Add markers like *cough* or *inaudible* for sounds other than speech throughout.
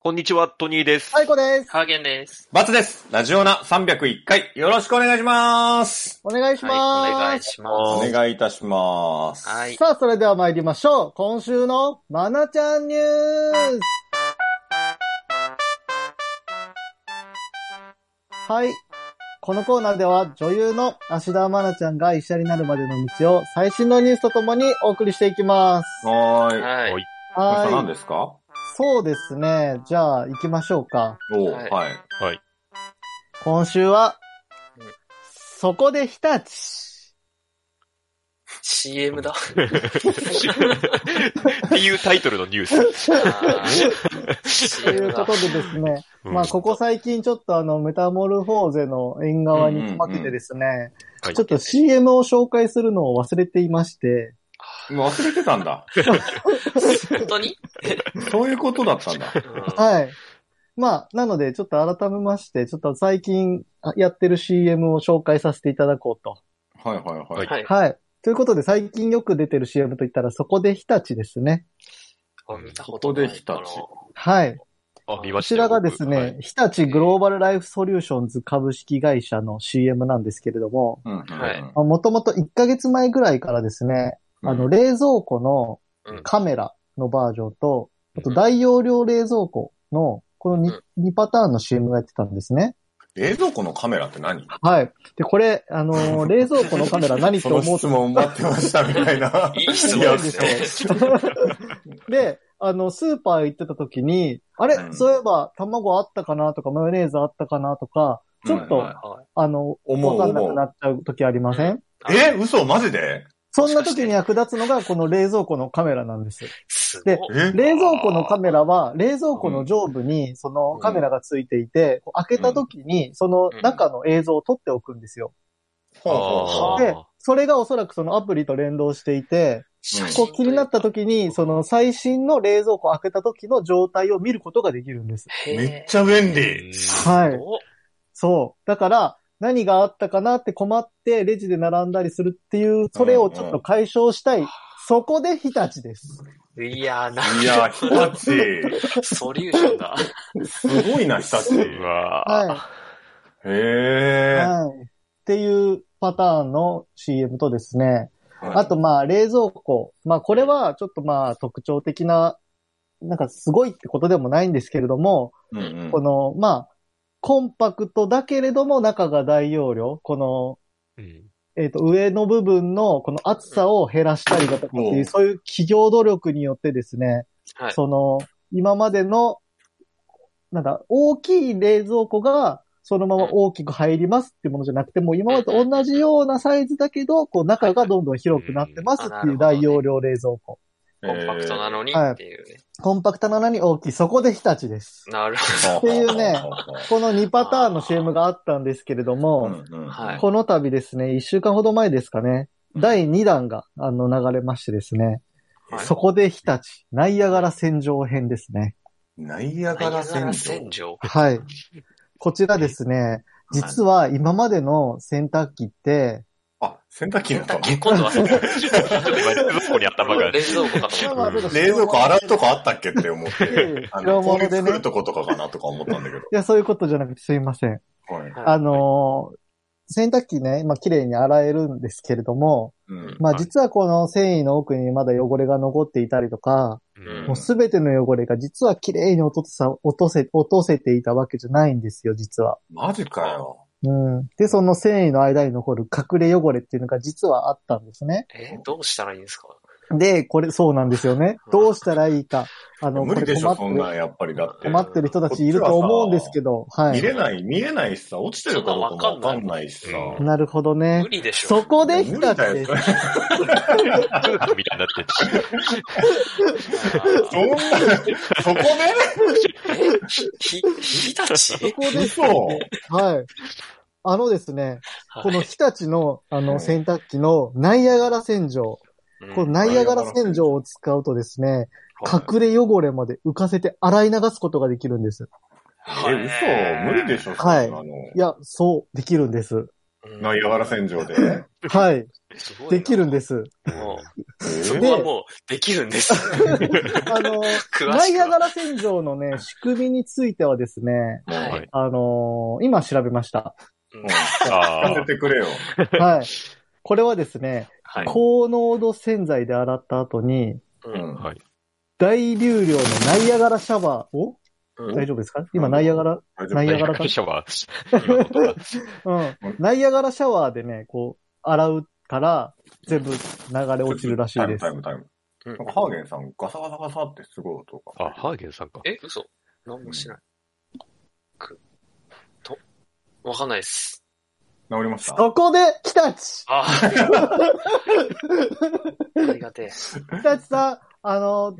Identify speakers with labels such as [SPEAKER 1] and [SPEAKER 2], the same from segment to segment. [SPEAKER 1] こんにちは、トニーです。 *laughs*
[SPEAKER 2] 最高です。
[SPEAKER 3] ハーゲンです。
[SPEAKER 4] バツです。ラジオナ301回、よろしくお願いします。
[SPEAKER 2] お願いし
[SPEAKER 3] はい、お願
[SPEAKER 2] ま
[SPEAKER 3] い
[SPEAKER 2] す。
[SPEAKER 3] しま
[SPEAKER 4] お
[SPEAKER 3] す。
[SPEAKER 4] 願いいたします。
[SPEAKER 3] はい。
[SPEAKER 2] さあ、それでは参りましょう。今週のまなちゃんニュース。はい。このコーナーでは女優の芦田愛菜ちゃんが医者になるまでの道を最新のニュースとともにお送りしていきます。
[SPEAKER 4] はーい。
[SPEAKER 3] はい。
[SPEAKER 1] はい
[SPEAKER 4] これさ
[SPEAKER 2] は
[SPEAKER 4] 何
[SPEAKER 2] い。
[SPEAKER 4] ですか
[SPEAKER 2] そうですね。じゃあ行きましょうか。
[SPEAKER 4] お
[SPEAKER 3] はい
[SPEAKER 4] ーはい。
[SPEAKER 2] 今週は
[SPEAKER 3] うん、
[SPEAKER 2] そこで日立。
[SPEAKER 3] *laughs* CM だ。
[SPEAKER 1] っていうタイトルのニュース。
[SPEAKER 3] あー
[SPEAKER 2] とい
[SPEAKER 3] CM
[SPEAKER 2] うこ
[SPEAKER 3] だ
[SPEAKER 2] と。でですね、
[SPEAKER 1] うん
[SPEAKER 2] *laughs* まあ、ここ最近ちょっとあの、メタモルフォーゼの縁側に細けてですね、
[SPEAKER 1] はい
[SPEAKER 2] ちょっと CM を紹介するのを忘れていまして、
[SPEAKER 4] もう忘れてたん *laughs* だ。
[SPEAKER 3] 本当に
[SPEAKER 4] そういうことだったんだ。
[SPEAKER 3] うん
[SPEAKER 2] はい。まあ、なので、ちょっと改めまして、ちょっと最近やってる CM を紹介させていただこうと。
[SPEAKER 4] はいはいはい。
[SPEAKER 3] はい。
[SPEAKER 2] はい。ということで、最近よく出てる CM といったら、そこで日立ですね。
[SPEAKER 3] あ見たことないかな
[SPEAKER 4] ここで日立
[SPEAKER 2] はい。
[SPEAKER 1] あ、見
[SPEAKER 2] こ
[SPEAKER 1] ました
[SPEAKER 2] ち
[SPEAKER 1] よ
[SPEAKER 2] らがですね、
[SPEAKER 1] 僕はい
[SPEAKER 2] 日立グローバルライフソリューションズ株式会社の CM なんですけれども、
[SPEAKER 4] うんうん
[SPEAKER 3] はい。
[SPEAKER 4] うん
[SPEAKER 2] もともと1ヶ月前ぐらいからですね、あの、冷蔵庫のカメラのバージョンと、あと大容量冷蔵庫の、この 2, 2パターンの CM がやってたんですね。
[SPEAKER 4] 冷蔵庫のカメラって何
[SPEAKER 2] はい。で、これ、あのー冷蔵庫のカメラ何
[SPEAKER 4] そ
[SPEAKER 2] と
[SPEAKER 4] の
[SPEAKER 2] 思う
[SPEAKER 4] 質問待ってましたみたい *laughs* な
[SPEAKER 3] いい質
[SPEAKER 4] いや
[SPEAKER 3] 問ですね。
[SPEAKER 2] *laughs* で、あの、スーパー行ってた時に、あれ、
[SPEAKER 4] うん
[SPEAKER 2] そういえば卵あったかなとか、マヨネーズあったかなとか、ちょっと、
[SPEAKER 4] うんうん
[SPEAKER 3] は
[SPEAKER 2] あの、
[SPEAKER 4] 思う
[SPEAKER 2] わかんなくなっちゃう時ありません
[SPEAKER 3] い
[SPEAKER 4] え嘘マジで
[SPEAKER 2] そんな時に役立つのがこの冷蔵庫のカメラなんです。
[SPEAKER 3] すごい
[SPEAKER 2] で
[SPEAKER 4] え
[SPEAKER 2] 冷蔵庫のカメラは、冷蔵庫の上部にそのカメラがついていて、こう開けた時にその中の映像を撮っておくんですよ。
[SPEAKER 4] ほうほ
[SPEAKER 1] あー
[SPEAKER 2] で、それがおそらくそのアプリと連動していて、
[SPEAKER 3] 写
[SPEAKER 2] こ
[SPEAKER 3] 真
[SPEAKER 2] う気になった時に、その最新の冷蔵庫を開けた時の状態を見ることができるんです。
[SPEAKER 4] う
[SPEAKER 3] へー
[SPEAKER 4] めっちゃ便
[SPEAKER 2] は
[SPEAKER 4] 利。
[SPEAKER 2] い
[SPEAKER 3] すごっ
[SPEAKER 2] そう。だから、何があったかなって困ってレジで並んだりするっていう、それをちょっと解消したい。そこで日立です。
[SPEAKER 3] いやー、ない *laughs*
[SPEAKER 4] や、日 *laughs* 立。
[SPEAKER 3] ソリューションだ。
[SPEAKER 4] すごいな、日立。
[SPEAKER 1] うわ
[SPEAKER 2] は
[SPEAKER 4] へ
[SPEAKER 2] い。
[SPEAKER 4] え。
[SPEAKER 2] はい。っていうパターンの CM とですね、
[SPEAKER 4] はい
[SPEAKER 2] あとまあ冷蔵庫。まあこれはちょっとまあ特徴的な、なんかすごいってことでもないんですけれども、
[SPEAKER 4] うんうん
[SPEAKER 2] このまあコンパクトだけれども中が大容量、こ
[SPEAKER 1] ーうん
[SPEAKER 2] の、えっ、と上の部分のこの厚さを減らしたりだとかって
[SPEAKER 4] う
[SPEAKER 2] いう、
[SPEAKER 4] ん
[SPEAKER 2] そういう企業努力によってですね、
[SPEAKER 3] はい。
[SPEAKER 2] その今までの、なんか大きい冷蔵庫がそのまま大きく入りますっていうものじゃなくて、もう今までと同じようなサイズだけど、こう中がどんどん広くなってますっていう大容量冷蔵庫。
[SPEAKER 3] コンパクトなのに
[SPEAKER 2] はい
[SPEAKER 3] っていうね。
[SPEAKER 2] コンパクトなのに大きい、そこで日立です。
[SPEAKER 3] なる
[SPEAKER 2] っていうねこの2パターンの
[SPEAKER 3] あー
[SPEAKER 2] CM があったんですけれど
[SPEAKER 4] う
[SPEAKER 2] も、
[SPEAKER 4] んうん
[SPEAKER 3] はい
[SPEAKER 2] この度ですね、1週間ほど前ですかね、第2弾があの流れましてですね、
[SPEAKER 3] ほど。
[SPEAKER 2] そこで日立、ナイアガラ戦場編ですね。
[SPEAKER 4] ナイア
[SPEAKER 3] ナイ
[SPEAKER 4] ガ
[SPEAKER 3] アガ
[SPEAKER 4] ラ
[SPEAKER 3] ラ
[SPEAKER 4] 戦
[SPEAKER 3] 洗
[SPEAKER 4] 場。
[SPEAKER 3] 浄。
[SPEAKER 2] はい。こちらですね、実は今までの洗濯機って、
[SPEAKER 4] あ、洗濯機
[SPEAKER 3] 洗
[SPEAKER 4] なの
[SPEAKER 3] 濯機、今度は洗濯機
[SPEAKER 1] ちょっと今、冷蔵庫に頭が。
[SPEAKER 3] 冷蔵庫かと思っ
[SPEAKER 1] まあまあ
[SPEAKER 4] 冷蔵庫洗うとこあったっけって思
[SPEAKER 3] *laughs*
[SPEAKER 4] って。あ
[SPEAKER 2] 白
[SPEAKER 4] の、
[SPEAKER 2] 物
[SPEAKER 4] 氷
[SPEAKER 2] でね
[SPEAKER 4] 作るとことかかなとか思ったんだけ
[SPEAKER 2] い
[SPEAKER 4] ど。
[SPEAKER 2] や、そういうことじゃなくてすいません。
[SPEAKER 4] はい。
[SPEAKER 3] た。
[SPEAKER 2] あのー洗濯機ね、今綺麗に洗えるんですけれども、
[SPEAKER 4] うん。
[SPEAKER 2] ま
[SPEAKER 1] は
[SPEAKER 2] あ
[SPEAKER 1] い
[SPEAKER 2] 実はこの繊維の奥にまだ汚れが残っていたりとか、
[SPEAKER 1] うん
[SPEAKER 2] もうすべての汚れが実は綺麗に落とさ、落とせ、落とせていたわけじゃないんですよ、実は。
[SPEAKER 4] マジかよ。
[SPEAKER 2] うん。で、その繊維の間に残る隠れ汚れっていうのが実はあったんですね。
[SPEAKER 3] えー、どうしたらいいんですか
[SPEAKER 2] で、これ、そうなんですよ
[SPEAKER 4] *laughs*
[SPEAKER 2] ね。どうしたらいいか。あの、
[SPEAKER 4] 無
[SPEAKER 2] こ
[SPEAKER 4] 理で
[SPEAKER 2] れ
[SPEAKER 4] し
[SPEAKER 2] 困
[SPEAKER 4] ょ、
[SPEAKER 2] って
[SPEAKER 4] そんなん、やっぱりだって。
[SPEAKER 2] 困ってる人たちいると思うんですけど、は
[SPEAKER 4] 見
[SPEAKER 2] い。
[SPEAKER 4] れない、見れないしさ、落ちてるかどうかもわかんないしさ。
[SPEAKER 1] うん
[SPEAKER 2] なるほどね
[SPEAKER 3] 無。理でしょ。
[SPEAKER 2] そこで日
[SPEAKER 4] 無
[SPEAKER 2] 立
[SPEAKER 4] 理だ
[SPEAKER 2] で
[SPEAKER 4] よ、
[SPEAKER 2] す
[SPEAKER 4] そ。れ
[SPEAKER 1] みたいになってる
[SPEAKER 4] そんな、そこ
[SPEAKER 3] ひ、ひだち
[SPEAKER 2] そこ
[SPEAKER 4] で
[SPEAKER 2] で、
[SPEAKER 4] 嘘
[SPEAKER 2] はい。あのですね、この
[SPEAKER 3] はい
[SPEAKER 2] 日立の、あ
[SPEAKER 4] は
[SPEAKER 2] の、
[SPEAKER 4] い
[SPEAKER 2] 洗濯機のナイアガラ洗浄。
[SPEAKER 3] うん
[SPEAKER 2] このナイアガラ洗浄を使うとですね、
[SPEAKER 3] はい
[SPEAKER 2] 隠れ汚れまで浮かせて洗い流すことができるんです。
[SPEAKER 4] え、嘘無理でしょ、そんなの。
[SPEAKER 2] いや、そう、できるんです。
[SPEAKER 4] の湯原洗浄で。
[SPEAKER 2] はい。できるんですす。
[SPEAKER 3] ごいな。も
[SPEAKER 4] え
[SPEAKER 3] う
[SPEAKER 4] ー
[SPEAKER 3] そこはもう、できるんです。
[SPEAKER 2] あの、
[SPEAKER 3] *laughs* 詳
[SPEAKER 2] ナ
[SPEAKER 3] し
[SPEAKER 2] イ
[SPEAKER 3] く
[SPEAKER 2] アガ
[SPEAKER 3] は。
[SPEAKER 2] ラ洗浄のね、仕組みについてはですね、
[SPEAKER 3] は
[SPEAKER 1] はい
[SPEAKER 3] い。
[SPEAKER 2] あのー今調べま
[SPEAKER 3] *laughs*
[SPEAKER 2] した。
[SPEAKER 3] うん
[SPEAKER 4] もう
[SPEAKER 1] あ
[SPEAKER 4] 聞かせ
[SPEAKER 1] ー
[SPEAKER 4] てくれよ。
[SPEAKER 2] はい。これはですね、
[SPEAKER 3] はい。
[SPEAKER 2] 高濃度洗剤で洗った後に、
[SPEAKER 4] う
[SPEAKER 3] うん
[SPEAKER 4] ん。
[SPEAKER 1] はい。
[SPEAKER 2] 大流量のナイアガラシャワーを、
[SPEAKER 3] うん
[SPEAKER 2] 大丈夫ですか今ナイアガラ、
[SPEAKER 4] 大
[SPEAKER 2] ナイアガラ
[SPEAKER 1] ラシャワー。今の音が
[SPEAKER 2] うん。ナイアガラシャワーでね、こう、洗うから、全部流れ落ちるらしいです
[SPEAKER 4] タ。イムタイムタイム。なんかハーゲンさんガサガサガサってすごい音が。
[SPEAKER 1] あ、ハーゲンさんか。
[SPEAKER 3] え、嘘何もしない。く、と、わかんないです。
[SPEAKER 4] 治りました
[SPEAKER 2] そこで、北地
[SPEAKER 3] ああ。
[SPEAKER 2] *laughs*
[SPEAKER 3] ありがてえ。
[SPEAKER 2] 北地さん、あの、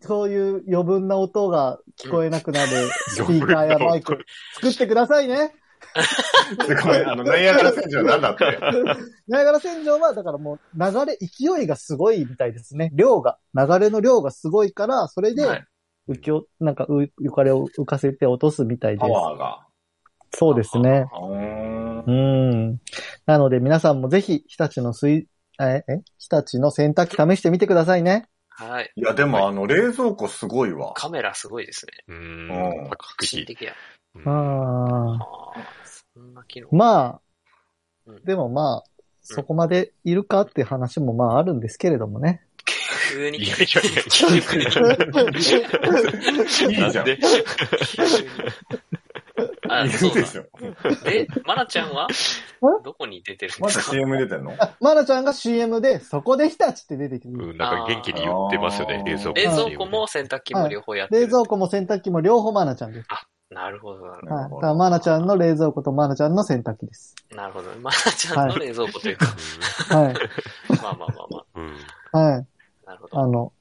[SPEAKER 2] そういう余分な音が聞こえなくなるスピーカーやマイク作ってくださいね。
[SPEAKER 4] でごめん、あの、ナイアガラ洗浄なんだって。
[SPEAKER 2] ナイアガラ洗浄は、だからもう流れ、勢いがすごいみたいですね。量が、流れの量がすごいから、それ
[SPEAKER 3] は
[SPEAKER 2] で
[SPEAKER 3] い、
[SPEAKER 2] 浮きを、なんかう、浮かれを浮かせて落とすみたいで
[SPEAKER 4] パ
[SPEAKER 2] す。
[SPEAKER 4] ワーが。
[SPEAKER 2] そうですね。
[SPEAKER 4] うーん
[SPEAKER 2] う。ん。なので皆さんもぜひ、日立の水、え、え日立の洗濯機試してみてくださいね。
[SPEAKER 3] はい。
[SPEAKER 4] いや、でもあの、冷蔵庫すごいわ。
[SPEAKER 3] カメラすごいですね。
[SPEAKER 1] うー
[SPEAKER 4] うん
[SPEAKER 1] ん。パク
[SPEAKER 3] 革新
[SPEAKER 1] チー
[SPEAKER 3] 的や。
[SPEAKER 1] うん
[SPEAKER 2] あ
[SPEAKER 3] あ
[SPEAKER 2] あ。
[SPEAKER 3] あ、そんな機能。
[SPEAKER 2] まあ
[SPEAKER 3] うん、
[SPEAKER 2] でもまあ、そこまでいるかっていう話もまああるんですけれどもね。
[SPEAKER 3] 急に。
[SPEAKER 1] いやいやいや
[SPEAKER 3] 急に急に
[SPEAKER 4] いいじゃ
[SPEAKER 1] なん
[SPEAKER 4] ん。
[SPEAKER 1] で
[SPEAKER 3] あ、
[SPEAKER 4] い
[SPEAKER 3] そう
[SPEAKER 4] るで
[SPEAKER 3] だ。
[SPEAKER 4] しょ。
[SPEAKER 3] え、まなちゃんはどこに出てるん
[SPEAKER 4] ま
[SPEAKER 3] で
[SPEAKER 4] だ
[SPEAKER 3] すか
[SPEAKER 4] CM 出てんの
[SPEAKER 2] あ、まなちゃんが CM で、そこで日立って出てくる。
[SPEAKER 1] うん、なんか元気に言ってますよね
[SPEAKER 4] あ、ー
[SPEAKER 1] 冷蔵庫。
[SPEAKER 3] 冷蔵庫も洗濯機も両方やってる。
[SPEAKER 2] 冷蔵庫も洗濯機も両方まなちゃんです。
[SPEAKER 3] なるほど、なるほ
[SPEAKER 2] はい。だ
[SPEAKER 4] なるほど
[SPEAKER 2] からまなちゃんの冷蔵庫とまなちゃんの洗濯機
[SPEAKER 4] *laughs*
[SPEAKER 2] です。
[SPEAKER 3] ど。なるほど。まなちゃんの冷蔵庫というか、
[SPEAKER 2] はい。
[SPEAKER 3] まあまあまあま
[SPEAKER 1] うん。うん
[SPEAKER 2] はい。
[SPEAKER 3] あ。なるほど。
[SPEAKER 2] あの、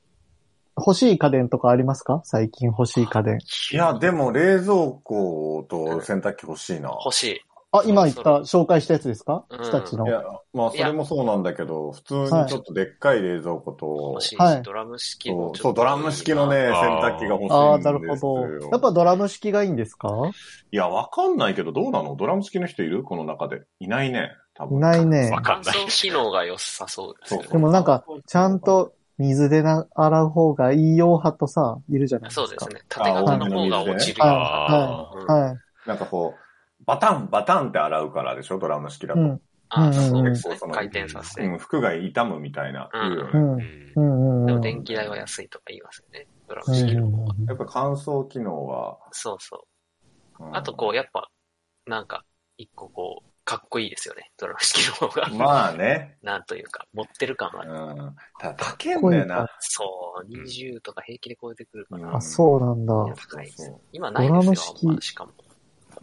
[SPEAKER 2] 欲しい家電とかありますか最近欲しい家電。
[SPEAKER 4] いや、でも冷蔵庫と洗濯機欲しいな。
[SPEAKER 3] 欲しい。
[SPEAKER 2] あ、今言った、紹介したやつですか
[SPEAKER 3] うん
[SPEAKER 2] 日立の
[SPEAKER 4] い。や、まあ、それもそうなんだけど、普通にちょっとでっかい冷蔵庫と
[SPEAKER 3] 欲、しい
[SPEAKER 2] は
[SPEAKER 3] し、
[SPEAKER 2] い
[SPEAKER 3] ドラム式
[SPEAKER 4] そ
[SPEAKER 3] も
[SPEAKER 4] う、
[SPEAKER 3] ち
[SPEAKER 4] そ
[SPEAKER 3] ょ
[SPEAKER 4] う
[SPEAKER 3] っと
[SPEAKER 4] ドラム式のね、洗
[SPEAKER 1] あー
[SPEAKER 4] 濯機が欲しいんですよ。
[SPEAKER 2] ああ、なるほど。やっぱドラム式がいいんですか
[SPEAKER 4] いや、わかんないけど、どうなのドラム式の人いるこの中で。いないね。多
[SPEAKER 2] い
[SPEAKER 4] 分。
[SPEAKER 2] ないね。
[SPEAKER 1] わか
[SPEAKER 3] 乾
[SPEAKER 1] んない
[SPEAKER 3] 燥機能が良さそうですよね
[SPEAKER 4] そ
[SPEAKER 2] でもなんか、ちゃんと水でな洗う方がいい用派とさ、いるじゃないですか。
[SPEAKER 3] そうですね。縦型の方が落ちる
[SPEAKER 2] あ
[SPEAKER 3] よ。
[SPEAKER 1] あ
[SPEAKER 3] うん
[SPEAKER 2] はい。
[SPEAKER 4] なんかこう、バタンバタンって洗うからでしょドラム式だ
[SPEAKER 2] う
[SPEAKER 4] と。
[SPEAKER 2] ん。
[SPEAKER 3] あ
[SPEAKER 2] うん
[SPEAKER 3] あ、そうです
[SPEAKER 4] 結構
[SPEAKER 3] ね
[SPEAKER 4] そ。の
[SPEAKER 3] 回転させ
[SPEAKER 4] う
[SPEAKER 3] て。
[SPEAKER 4] ん、服が傷むみたいな。
[SPEAKER 3] うん
[SPEAKER 4] 言うよ
[SPEAKER 2] う
[SPEAKER 4] ね
[SPEAKER 1] ー。う
[SPEAKER 2] ん。う
[SPEAKER 1] ん
[SPEAKER 2] んうん。
[SPEAKER 3] で
[SPEAKER 2] う
[SPEAKER 3] も
[SPEAKER 2] ん。
[SPEAKER 3] 電気代は安いとか言いますよね。ドラ
[SPEAKER 2] う
[SPEAKER 3] ム式の。
[SPEAKER 2] ん
[SPEAKER 4] やっぱ乾燥機能は。
[SPEAKER 3] そうそう。
[SPEAKER 4] うん
[SPEAKER 3] あとこう、やっぱ、なんか、一個こう、かっこいいですよね。ドラム式の方が。
[SPEAKER 4] まあね。
[SPEAKER 3] なんというか、持ってる感
[SPEAKER 4] う
[SPEAKER 3] はある。
[SPEAKER 4] ん。ただ、高いんだよな。
[SPEAKER 3] そう、20とか平気で超えてくるか
[SPEAKER 4] う
[SPEAKER 3] ら
[SPEAKER 4] ん
[SPEAKER 2] あ、。そうなんだ。
[SPEAKER 3] いや高いです
[SPEAKER 4] そう
[SPEAKER 3] ね。今ないですよ、
[SPEAKER 2] ドラム式
[SPEAKER 3] あんましかも。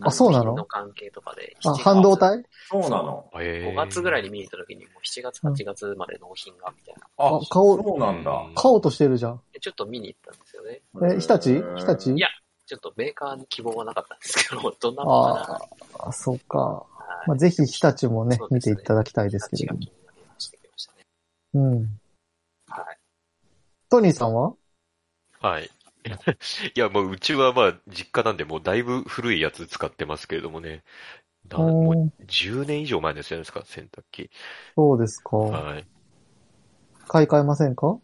[SPEAKER 2] あそうなの
[SPEAKER 3] 部品の関係とかで。
[SPEAKER 2] あ、
[SPEAKER 3] 7月
[SPEAKER 2] 半導体
[SPEAKER 4] そうなの。
[SPEAKER 1] え
[SPEAKER 3] ?5 月ぐらいに
[SPEAKER 1] 見
[SPEAKER 3] 見れた時に、もう7月、
[SPEAKER 2] うん
[SPEAKER 3] 8月まで納品が、みたいな。
[SPEAKER 4] あ
[SPEAKER 2] あ、顔
[SPEAKER 4] そうなんだ。
[SPEAKER 2] 買おうとしてるじゃん。
[SPEAKER 3] でちょっと見に行ったんですよね。
[SPEAKER 2] え、日立
[SPEAKER 4] うん
[SPEAKER 2] 日立
[SPEAKER 3] いやちょっとメーカーに希望はなかったんですけど、どんなのか
[SPEAKER 2] あ
[SPEAKER 3] な
[SPEAKER 2] あ、そうか。
[SPEAKER 3] はい
[SPEAKER 2] まあ、ぜひ日立もね
[SPEAKER 3] そう、で
[SPEAKER 2] 見
[SPEAKER 3] す
[SPEAKER 2] て
[SPEAKER 3] ね
[SPEAKER 2] いただきたいですけ
[SPEAKER 3] 形
[SPEAKER 2] れ
[SPEAKER 3] が
[SPEAKER 2] ど
[SPEAKER 3] 気になりましてきましたね。
[SPEAKER 2] も。うん。
[SPEAKER 3] はい。
[SPEAKER 2] トニーさんは
[SPEAKER 1] はい。 *laughs* いや、もううちはまあ、実家なんで、もうだいぶ古いやつ使ってますけれどもね。だもう
[SPEAKER 2] うん
[SPEAKER 1] 10年以上前のやつじゃないですか、洗濯機。
[SPEAKER 2] そうですか。
[SPEAKER 1] はい。
[SPEAKER 2] 買い替えませんか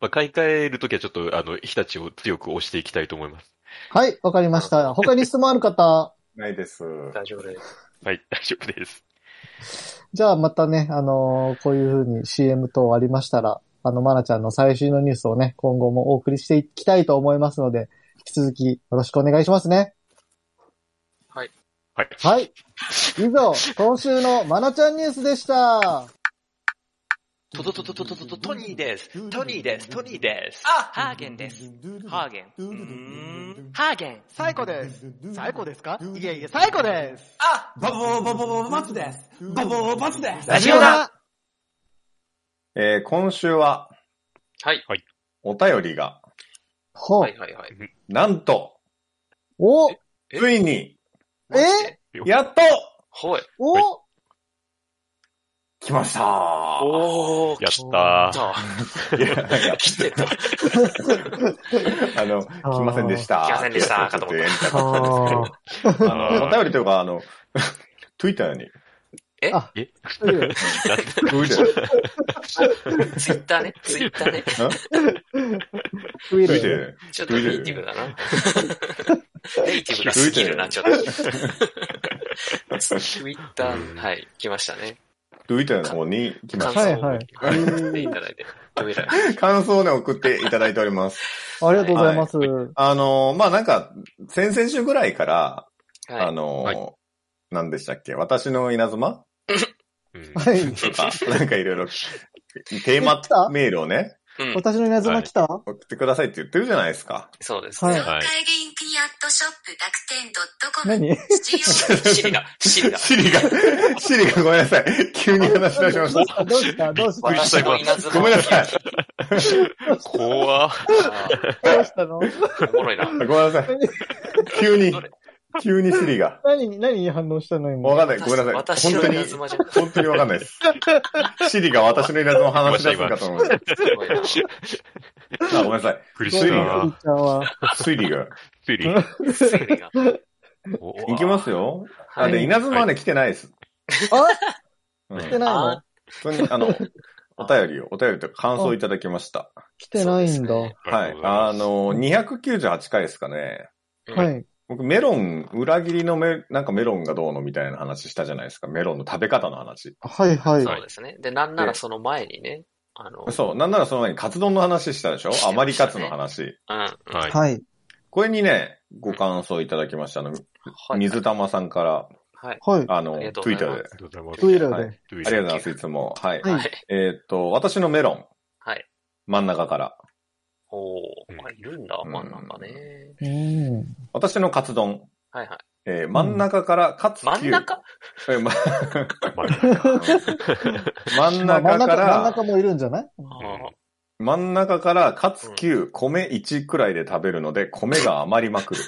[SPEAKER 1] まあ、買い替えるときはちょっと、あの、日立を強く押していきたいと思います。
[SPEAKER 2] はい、わかりました。他に質問ある方、
[SPEAKER 4] ないです。
[SPEAKER 3] 大丈夫です。
[SPEAKER 1] はい、 *laughs* 大丈夫です。
[SPEAKER 2] じゃあまたね、あのーこういうふうに CM 等ありましたら、あの、まなちゃんの最新のニュースをね、今後もお送りしていきたいと思いますので、引き続きよろしくお願いしますね。
[SPEAKER 1] はい。
[SPEAKER 2] はい。以上、今週のまなちゃんニュースでした。
[SPEAKER 5] トトトトトトトトトニーです。トニーです。トニーです。
[SPEAKER 6] あ、ハーゲンです。ハーゲン。うーんハーゲン。
[SPEAKER 7] 最高です。最高ですかいえいえ、最高です。
[SPEAKER 6] あ、バボーバボーババツです。バボーバツです。
[SPEAKER 7] ラジオだ
[SPEAKER 4] えー今週は、
[SPEAKER 3] はい。
[SPEAKER 4] お便りが、
[SPEAKER 2] ほう。
[SPEAKER 3] はいはいはい。
[SPEAKER 4] なんと、
[SPEAKER 2] お
[SPEAKER 3] え
[SPEAKER 4] ついに、
[SPEAKER 2] え
[SPEAKER 4] やっと、
[SPEAKER 3] はい。
[SPEAKER 2] お
[SPEAKER 4] 来ました
[SPEAKER 3] おー、
[SPEAKER 1] やったー。
[SPEAKER 3] 来
[SPEAKER 4] いやなんか
[SPEAKER 3] た。来てた。
[SPEAKER 4] あの、来ませんでした。
[SPEAKER 3] 来ませんでしたかと思った
[SPEAKER 4] ちょっとやりたかったんですけど
[SPEAKER 2] あ
[SPEAKER 4] あのお便りというか、あの、 Twitter に。
[SPEAKER 1] え
[SPEAKER 2] うん
[SPEAKER 3] ツイッターね、ツイッターね。
[SPEAKER 2] トイレ
[SPEAKER 4] Twitter。
[SPEAKER 3] ちょっとネイティブだな。ネイティブが過ぎるな、ちょっと。ツイッター、はい、来ましたね。
[SPEAKER 4] Twitter の方に来ま
[SPEAKER 3] 感
[SPEAKER 4] し
[SPEAKER 2] は
[SPEAKER 3] 想
[SPEAKER 2] い
[SPEAKER 3] を
[SPEAKER 2] はい
[SPEAKER 3] 送っていただいて。どうやら
[SPEAKER 4] た。感想をね、送っていただいております。
[SPEAKER 2] ありがとうございます。
[SPEAKER 4] あのー、まあ、なんか、先々週ぐらいから、あ
[SPEAKER 3] はい。
[SPEAKER 4] のー、
[SPEAKER 1] は
[SPEAKER 4] 何でしたっけ私の稲妻
[SPEAKER 1] うん
[SPEAKER 2] はい。
[SPEAKER 4] と *laughs* か、なんかいろいろ、テーマメールをね、
[SPEAKER 3] うん、
[SPEAKER 2] 私の稲妻来た、
[SPEAKER 4] 送ってくださいって言ってるじゃないですか。
[SPEAKER 3] そうです
[SPEAKER 2] は
[SPEAKER 3] ね。
[SPEAKER 2] い
[SPEAKER 1] はい。
[SPEAKER 5] 深いリンクにアットショップ楽天ドットコム。
[SPEAKER 2] 何
[SPEAKER 5] 必要
[SPEAKER 3] シリが、シリが。
[SPEAKER 4] シリが、シリがごめんなさい。急に話し出しました。
[SPEAKER 2] どうしたどうしたどうし
[SPEAKER 3] 私の稲妻。
[SPEAKER 4] ごめんなさい。
[SPEAKER 1] 怖
[SPEAKER 3] あ
[SPEAKER 2] たどうしたの
[SPEAKER 3] ー。おもろいな。
[SPEAKER 4] ごめんなさい。急に、急にシリが。
[SPEAKER 2] 何、何に反応したの今。
[SPEAKER 4] わかんない。ごめんなさい。
[SPEAKER 3] 私
[SPEAKER 4] 本
[SPEAKER 3] の
[SPEAKER 4] 当
[SPEAKER 3] 稲
[SPEAKER 4] に、
[SPEAKER 3] 妻じゃん。
[SPEAKER 4] 本当にわかんないです。シリが私のイラストの話し出すのかと思って。
[SPEAKER 3] すごいな。
[SPEAKER 4] あ、ごめんなさい。
[SPEAKER 1] 苦
[SPEAKER 2] どう
[SPEAKER 1] し
[SPEAKER 2] し
[SPEAKER 1] い
[SPEAKER 4] シリ
[SPEAKER 2] た
[SPEAKER 1] な
[SPEAKER 2] ピ。ッチャーは。
[SPEAKER 4] 推理が。
[SPEAKER 1] スリ
[SPEAKER 3] シリが。
[SPEAKER 4] いきますよ。あ、
[SPEAKER 3] は
[SPEAKER 4] で、
[SPEAKER 3] い
[SPEAKER 4] 稲妻ね、来てないです。
[SPEAKER 2] あ
[SPEAKER 4] うん
[SPEAKER 2] 来てないの
[SPEAKER 3] あ
[SPEAKER 4] 本当に、あの、お便りを、お便りというか感想をいただきました。
[SPEAKER 2] 来てないんだ。
[SPEAKER 3] そうですね
[SPEAKER 4] はい。あ、の、298回ですかね。
[SPEAKER 2] は
[SPEAKER 3] はい。
[SPEAKER 2] い。
[SPEAKER 4] 僕、メロン、裏切りのメ、なんかメロンがどうのみたいな話したじゃないですか。メロンの食べ方の話。
[SPEAKER 2] はいはい。
[SPEAKER 3] そうですね。で、なんならその前にね、あの、
[SPEAKER 4] そう。なんならその前にカツ丼の話したでしょ
[SPEAKER 3] してましたね
[SPEAKER 4] 余りカツの話。
[SPEAKER 3] うん。
[SPEAKER 1] はい。
[SPEAKER 2] はい。
[SPEAKER 4] これにね、ご感想いただきました。あの、
[SPEAKER 3] はい
[SPEAKER 4] 水玉さんから、
[SPEAKER 3] はい。
[SPEAKER 2] はい。
[SPEAKER 4] あの、
[SPEAKER 3] ありがとうござい
[SPEAKER 4] Twitter
[SPEAKER 3] ま
[SPEAKER 4] で。
[SPEAKER 1] ありがとうござい
[SPEAKER 2] トイレで。
[SPEAKER 4] はい
[SPEAKER 2] は
[SPEAKER 1] ま
[SPEAKER 4] あり
[SPEAKER 1] す
[SPEAKER 4] がとうございます、いつも。はい。
[SPEAKER 2] い
[SPEAKER 3] はい。
[SPEAKER 4] えーっと、私のメロン、
[SPEAKER 3] はい。
[SPEAKER 4] 真ん中から。
[SPEAKER 3] おー
[SPEAKER 1] うん、
[SPEAKER 3] あいるんだ、
[SPEAKER 4] うん
[SPEAKER 3] 真ん中ね。
[SPEAKER 2] うん。
[SPEAKER 4] 私のカツ丼、
[SPEAKER 3] はいはい。
[SPEAKER 4] えー真ん中からカツ
[SPEAKER 3] 真ん中
[SPEAKER 4] えーま *laughs*
[SPEAKER 1] 真ん中
[SPEAKER 4] 真ん
[SPEAKER 2] まあ真
[SPEAKER 4] 中
[SPEAKER 2] ん中、
[SPEAKER 4] か
[SPEAKER 2] 真ん
[SPEAKER 4] ら、
[SPEAKER 2] 中もいるんじゃない
[SPEAKER 3] あ
[SPEAKER 4] 真ん中からカツ9、米1くらいで食べるので、米が余りま
[SPEAKER 3] *laughs*
[SPEAKER 4] くる。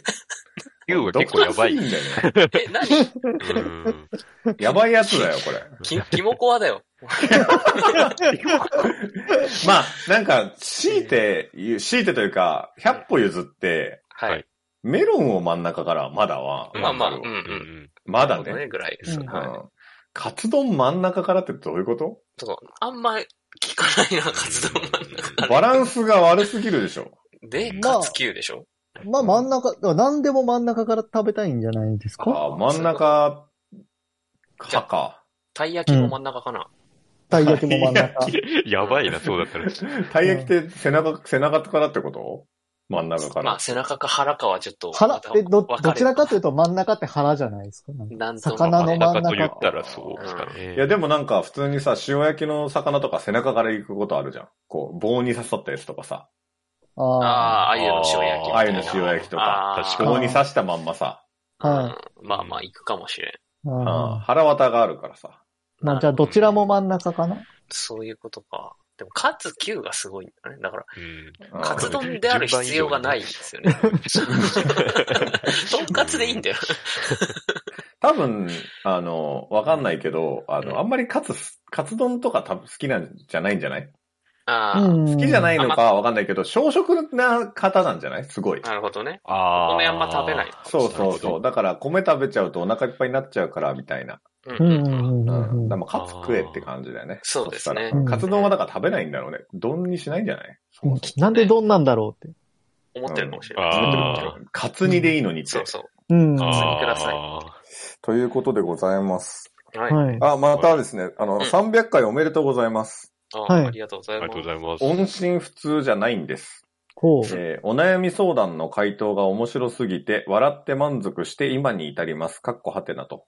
[SPEAKER 1] 9は結構やばい
[SPEAKER 4] どこがいいんだよね。
[SPEAKER 3] ーえ、何
[SPEAKER 1] うん
[SPEAKER 4] やばいやつだよ、こ
[SPEAKER 3] *laughs*
[SPEAKER 4] れ。
[SPEAKER 3] き、キモコアだよ。
[SPEAKER 4] まあ、なんか、強いて言う、強いてというか、100歩譲って、
[SPEAKER 3] は
[SPEAKER 1] はいい。
[SPEAKER 4] メロンを真ん中からまだは、
[SPEAKER 1] うん
[SPEAKER 3] まあまあ、うんう。
[SPEAKER 1] うんん
[SPEAKER 4] ま
[SPEAKER 3] な
[SPEAKER 4] だ
[SPEAKER 3] るほど
[SPEAKER 4] ね。
[SPEAKER 3] ぐらいです。
[SPEAKER 2] うん
[SPEAKER 3] はい。
[SPEAKER 4] うんカツ丼真ん中からってどういうこと
[SPEAKER 3] そう。あんま聞かないな、活動真ん中から。
[SPEAKER 4] バランスが悪すぎるでしょ。
[SPEAKER 3] で、
[SPEAKER 2] まあ
[SPEAKER 3] 活球でしょ
[SPEAKER 2] まあ真ん中、だから何でも真ん中から食べたいんじゃないですか
[SPEAKER 4] あ真ん中、かか。
[SPEAKER 3] たい焼きも真ん中かな。
[SPEAKER 2] たい焼きも真ん中。
[SPEAKER 1] *laughs* やばいな、そうだったら。
[SPEAKER 4] たい焼きって背中、背中からってこと真ん中から。
[SPEAKER 3] まあ、背中か腹かはちょっと。
[SPEAKER 2] 腹
[SPEAKER 3] ま
[SPEAKER 2] ったてど、
[SPEAKER 3] 分れ
[SPEAKER 2] どちらかというと真ん中って腹じゃないですか。なんか
[SPEAKER 3] なんとも
[SPEAKER 2] 魚の真ん中
[SPEAKER 1] 中と言ったらそうですからね。
[SPEAKER 4] いや、で
[SPEAKER 1] も、
[SPEAKER 4] もなんか普通にさ、塩焼きの魚とか背中から行くことあるじゃん。こう、棒に刺さったやつとかさ、
[SPEAKER 3] あ
[SPEAKER 2] ああ。
[SPEAKER 3] あ、あゆの塩焼きみたいな。
[SPEAKER 4] あゆの塩焼きとか
[SPEAKER 3] あー
[SPEAKER 1] 確
[SPEAKER 2] か
[SPEAKER 4] 棒に刺したまんまさ、
[SPEAKER 2] は
[SPEAKER 3] うんまあまあ、行くかもしれん。
[SPEAKER 4] うん
[SPEAKER 2] ああ
[SPEAKER 4] 腹渡があるからさ。
[SPEAKER 2] まあじゃあどちらも真ん中かな
[SPEAKER 3] そういうことか。でも、カツ球がすごいんだね。だから、 *laughs*
[SPEAKER 1] うん
[SPEAKER 4] うん
[SPEAKER 3] カツ丼である必要がないですよね。とんかつでいいんだよ。
[SPEAKER 4] 多分、あの、わかんないけど、あ
[SPEAKER 3] うん
[SPEAKER 4] の、あんまりカツ、カツ丼とか多分好きなんじゃないんじゃない
[SPEAKER 3] ああ、
[SPEAKER 2] 好
[SPEAKER 4] 好きじゃないいのかわかんないけど、小食な方なんじゃないすごい。
[SPEAKER 3] なるほどね。
[SPEAKER 1] あー
[SPEAKER 3] 米あんま食べない。。
[SPEAKER 4] そうそう
[SPEAKER 1] なる
[SPEAKER 4] そ
[SPEAKER 1] ほ
[SPEAKER 4] う。だから、米食べちゃうとお腹いっぱいになっちゃうから、みたいな。
[SPEAKER 3] う
[SPEAKER 2] うん
[SPEAKER 3] ん
[SPEAKER 2] う
[SPEAKER 3] うんうん。
[SPEAKER 2] んう
[SPEAKER 4] うんん。
[SPEAKER 2] う
[SPEAKER 4] で
[SPEAKER 2] ん。
[SPEAKER 4] も、カツ食えって感じだよね。
[SPEAKER 3] そうですね
[SPEAKER 4] したらカツ丼はだから食べないんだろうね。丼にしないんじゃないそもそも
[SPEAKER 2] なんでどんなんだろうって。
[SPEAKER 3] 思ってるかもしれ
[SPEAKER 1] あ
[SPEAKER 3] な
[SPEAKER 1] ー
[SPEAKER 3] い。
[SPEAKER 4] カツ煮でいいのにって。
[SPEAKER 3] そうそう。
[SPEAKER 2] うん。
[SPEAKER 1] あ
[SPEAKER 2] は
[SPEAKER 1] ー
[SPEAKER 3] ください
[SPEAKER 4] ということでございます。
[SPEAKER 3] はい。
[SPEAKER 2] い。
[SPEAKER 4] あ、またですね、あの、
[SPEAKER 3] うん
[SPEAKER 4] 300回おめでとうございます。
[SPEAKER 3] あ
[SPEAKER 2] はい
[SPEAKER 3] ありがとうござ
[SPEAKER 1] あ
[SPEAKER 3] い
[SPEAKER 1] りが
[SPEAKER 3] ま
[SPEAKER 1] と
[SPEAKER 3] す
[SPEAKER 1] うご。ざいます。
[SPEAKER 4] 音信不通じゃないんです。
[SPEAKER 2] こう。
[SPEAKER 4] えーお悩み相談の回答が面白すぎて、笑って満足して今に至ります。かっこはてなと。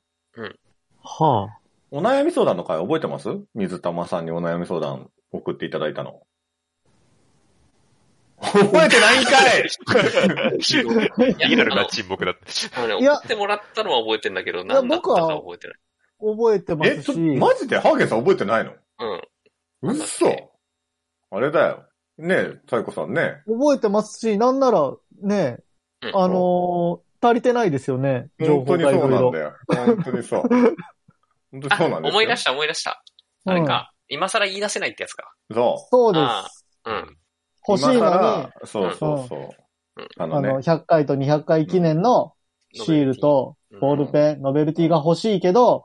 [SPEAKER 2] はあ。
[SPEAKER 4] お悩み相談の回覚えてます水玉さんにお悩み相談送っていただいたの。覚えてないんかい
[SPEAKER 1] *laughs* リアル
[SPEAKER 3] あ
[SPEAKER 1] な
[SPEAKER 3] の
[SPEAKER 1] 沈黙だった。
[SPEAKER 3] あの
[SPEAKER 2] い
[SPEAKER 3] ね、
[SPEAKER 2] や
[SPEAKER 3] 送ってもらったのは覚えてんだけど、
[SPEAKER 2] や
[SPEAKER 3] なんだったかは覚えてない。
[SPEAKER 2] 覚えて *laughs* ま
[SPEAKER 4] え、
[SPEAKER 2] す
[SPEAKER 4] ちょ、
[SPEAKER 2] し。
[SPEAKER 4] マジでハーゲンさん覚えてないの
[SPEAKER 3] うん。なんだっけ
[SPEAKER 4] 嘘あれだよ。ねえ、サイコさんね。
[SPEAKER 2] 覚えてますし、なんなら、ね、
[SPEAKER 3] うん
[SPEAKER 2] あのー足りてないですよね。情
[SPEAKER 4] 本
[SPEAKER 2] 報
[SPEAKER 4] 当に
[SPEAKER 2] がい
[SPEAKER 4] そ
[SPEAKER 2] ろ
[SPEAKER 4] う
[SPEAKER 2] い
[SPEAKER 4] なん
[SPEAKER 2] ろ
[SPEAKER 4] だ。よ。本当にそう。本当にそう
[SPEAKER 3] あ
[SPEAKER 4] なんですよ。
[SPEAKER 3] 思い出した思い出した。あれか。今更言い出せないってやつか。
[SPEAKER 4] そ
[SPEAKER 2] そうで
[SPEAKER 3] あ
[SPEAKER 2] す。
[SPEAKER 3] うん。
[SPEAKER 4] う。
[SPEAKER 2] 欲しいのに、
[SPEAKER 4] 今
[SPEAKER 2] あ
[SPEAKER 4] 更そうそうそう。
[SPEAKER 3] うん
[SPEAKER 4] あのね
[SPEAKER 2] の、、100回と200回記念のシールと
[SPEAKER 3] うん
[SPEAKER 2] ボールペン、ノベルティが欲しいけど、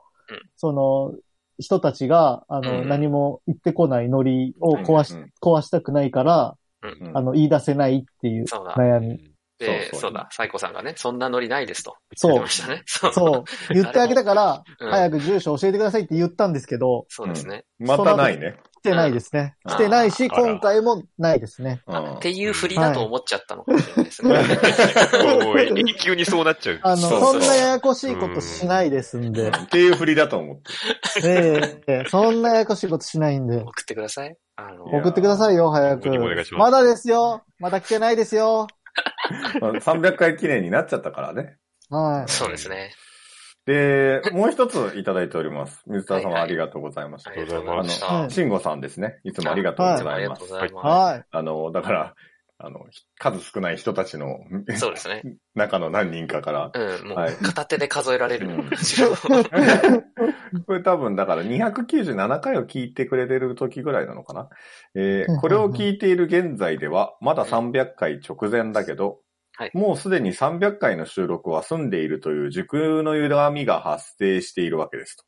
[SPEAKER 2] その、人たちが、あの、
[SPEAKER 3] うん
[SPEAKER 2] 何も言ってこないノリを壊し、
[SPEAKER 4] うん
[SPEAKER 2] 壊したくないから、
[SPEAKER 4] うん
[SPEAKER 2] あの、言い出せないっていう
[SPEAKER 3] そうだ。
[SPEAKER 2] 悩み。
[SPEAKER 3] で、
[SPEAKER 4] そうそう
[SPEAKER 3] そうだ、サイコさんがね、そんなノリないですと。
[SPEAKER 2] そう
[SPEAKER 1] *laughs*
[SPEAKER 3] 言ってましたね。 *laughs* そう。
[SPEAKER 2] そう。言ってあげたから、
[SPEAKER 3] うん
[SPEAKER 2] 早く住所教えてくださいって言ったんですけど、
[SPEAKER 3] そうですね。
[SPEAKER 4] またないね。
[SPEAKER 2] 来てないですね。
[SPEAKER 4] うん
[SPEAKER 2] 来てないし、
[SPEAKER 1] あら
[SPEAKER 2] 今回もないですね。
[SPEAKER 4] うん
[SPEAKER 3] っていう振りだと思っちゃったのかもしれないですね。
[SPEAKER 1] もう永久にそうなっちゃう。
[SPEAKER 2] あの、
[SPEAKER 4] そうそう
[SPEAKER 2] そんなややこしいことしないですんで。
[SPEAKER 4] っていう振りだと思って。
[SPEAKER 2] ええそんなややこしいことしないんで。
[SPEAKER 3] *laughs* 送ってください。あの、
[SPEAKER 4] いや
[SPEAKER 2] 送ってくださいよ、早く
[SPEAKER 1] 本当にお願いし。ます
[SPEAKER 2] まだですよ。まだ来てないですよ。
[SPEAKER 4] まあ300回記念になっちゃったからね。
[SPEAKER 2] は
[SPEAKER 3] そうですね。
[SPEAKER 4] で、もう一ついただいており
[SPEAKER 3] *laughs*
[SPEAKER 4] ます。水田
[SPEAKER 3] はいは
[SPEAKER 4] 様
[SPEAKER 3] い
[SPEAKER 4] ありがとうございました
[SPEAKER 3] あ。りがとうございまし
[SPEAKER 2] あの
[SPEAKER 3] た。
[SPEAKER 2] い
[SPEAKER 4] 慎吾さんですね。いつもありがとうご
[SPEAKER 3] あ
[SPEAKER 4] ざ
[SPEAKER 3] り
[SPEAKER 4] い
[SPEAKER 3] が
[SPEAKER 4] ま
[SPEAKER 3] と
[SPEAKER 4] す。
[SPEAKER 3] うござい
[SPEAKER 2] い。
[SPEAKER 3] ま
[SPEAKER 2] はい。
[SPEAKER 4] あの、だから、あの、数少ない人たちの *laughs*
[SPEAKER 3] す。そうですね。
[SPEAKER 4] 中の何人かから、
[SPEAKER 3] うん、も、
[SPEAKER 4] はいう
[SPEAKER 3] 片手で数えられる
[SPEAKER 4] う。んこれ多分だから297回を聞いてくれてる時ぐらいなのかな。えーこれを聞いている現在では、まだ300回直前だけど、
[SPEAKER 3] はい
[SPEAKER 4] もうすでに300回の収録は済んでいるという時空の歪みが発生しているわけですと。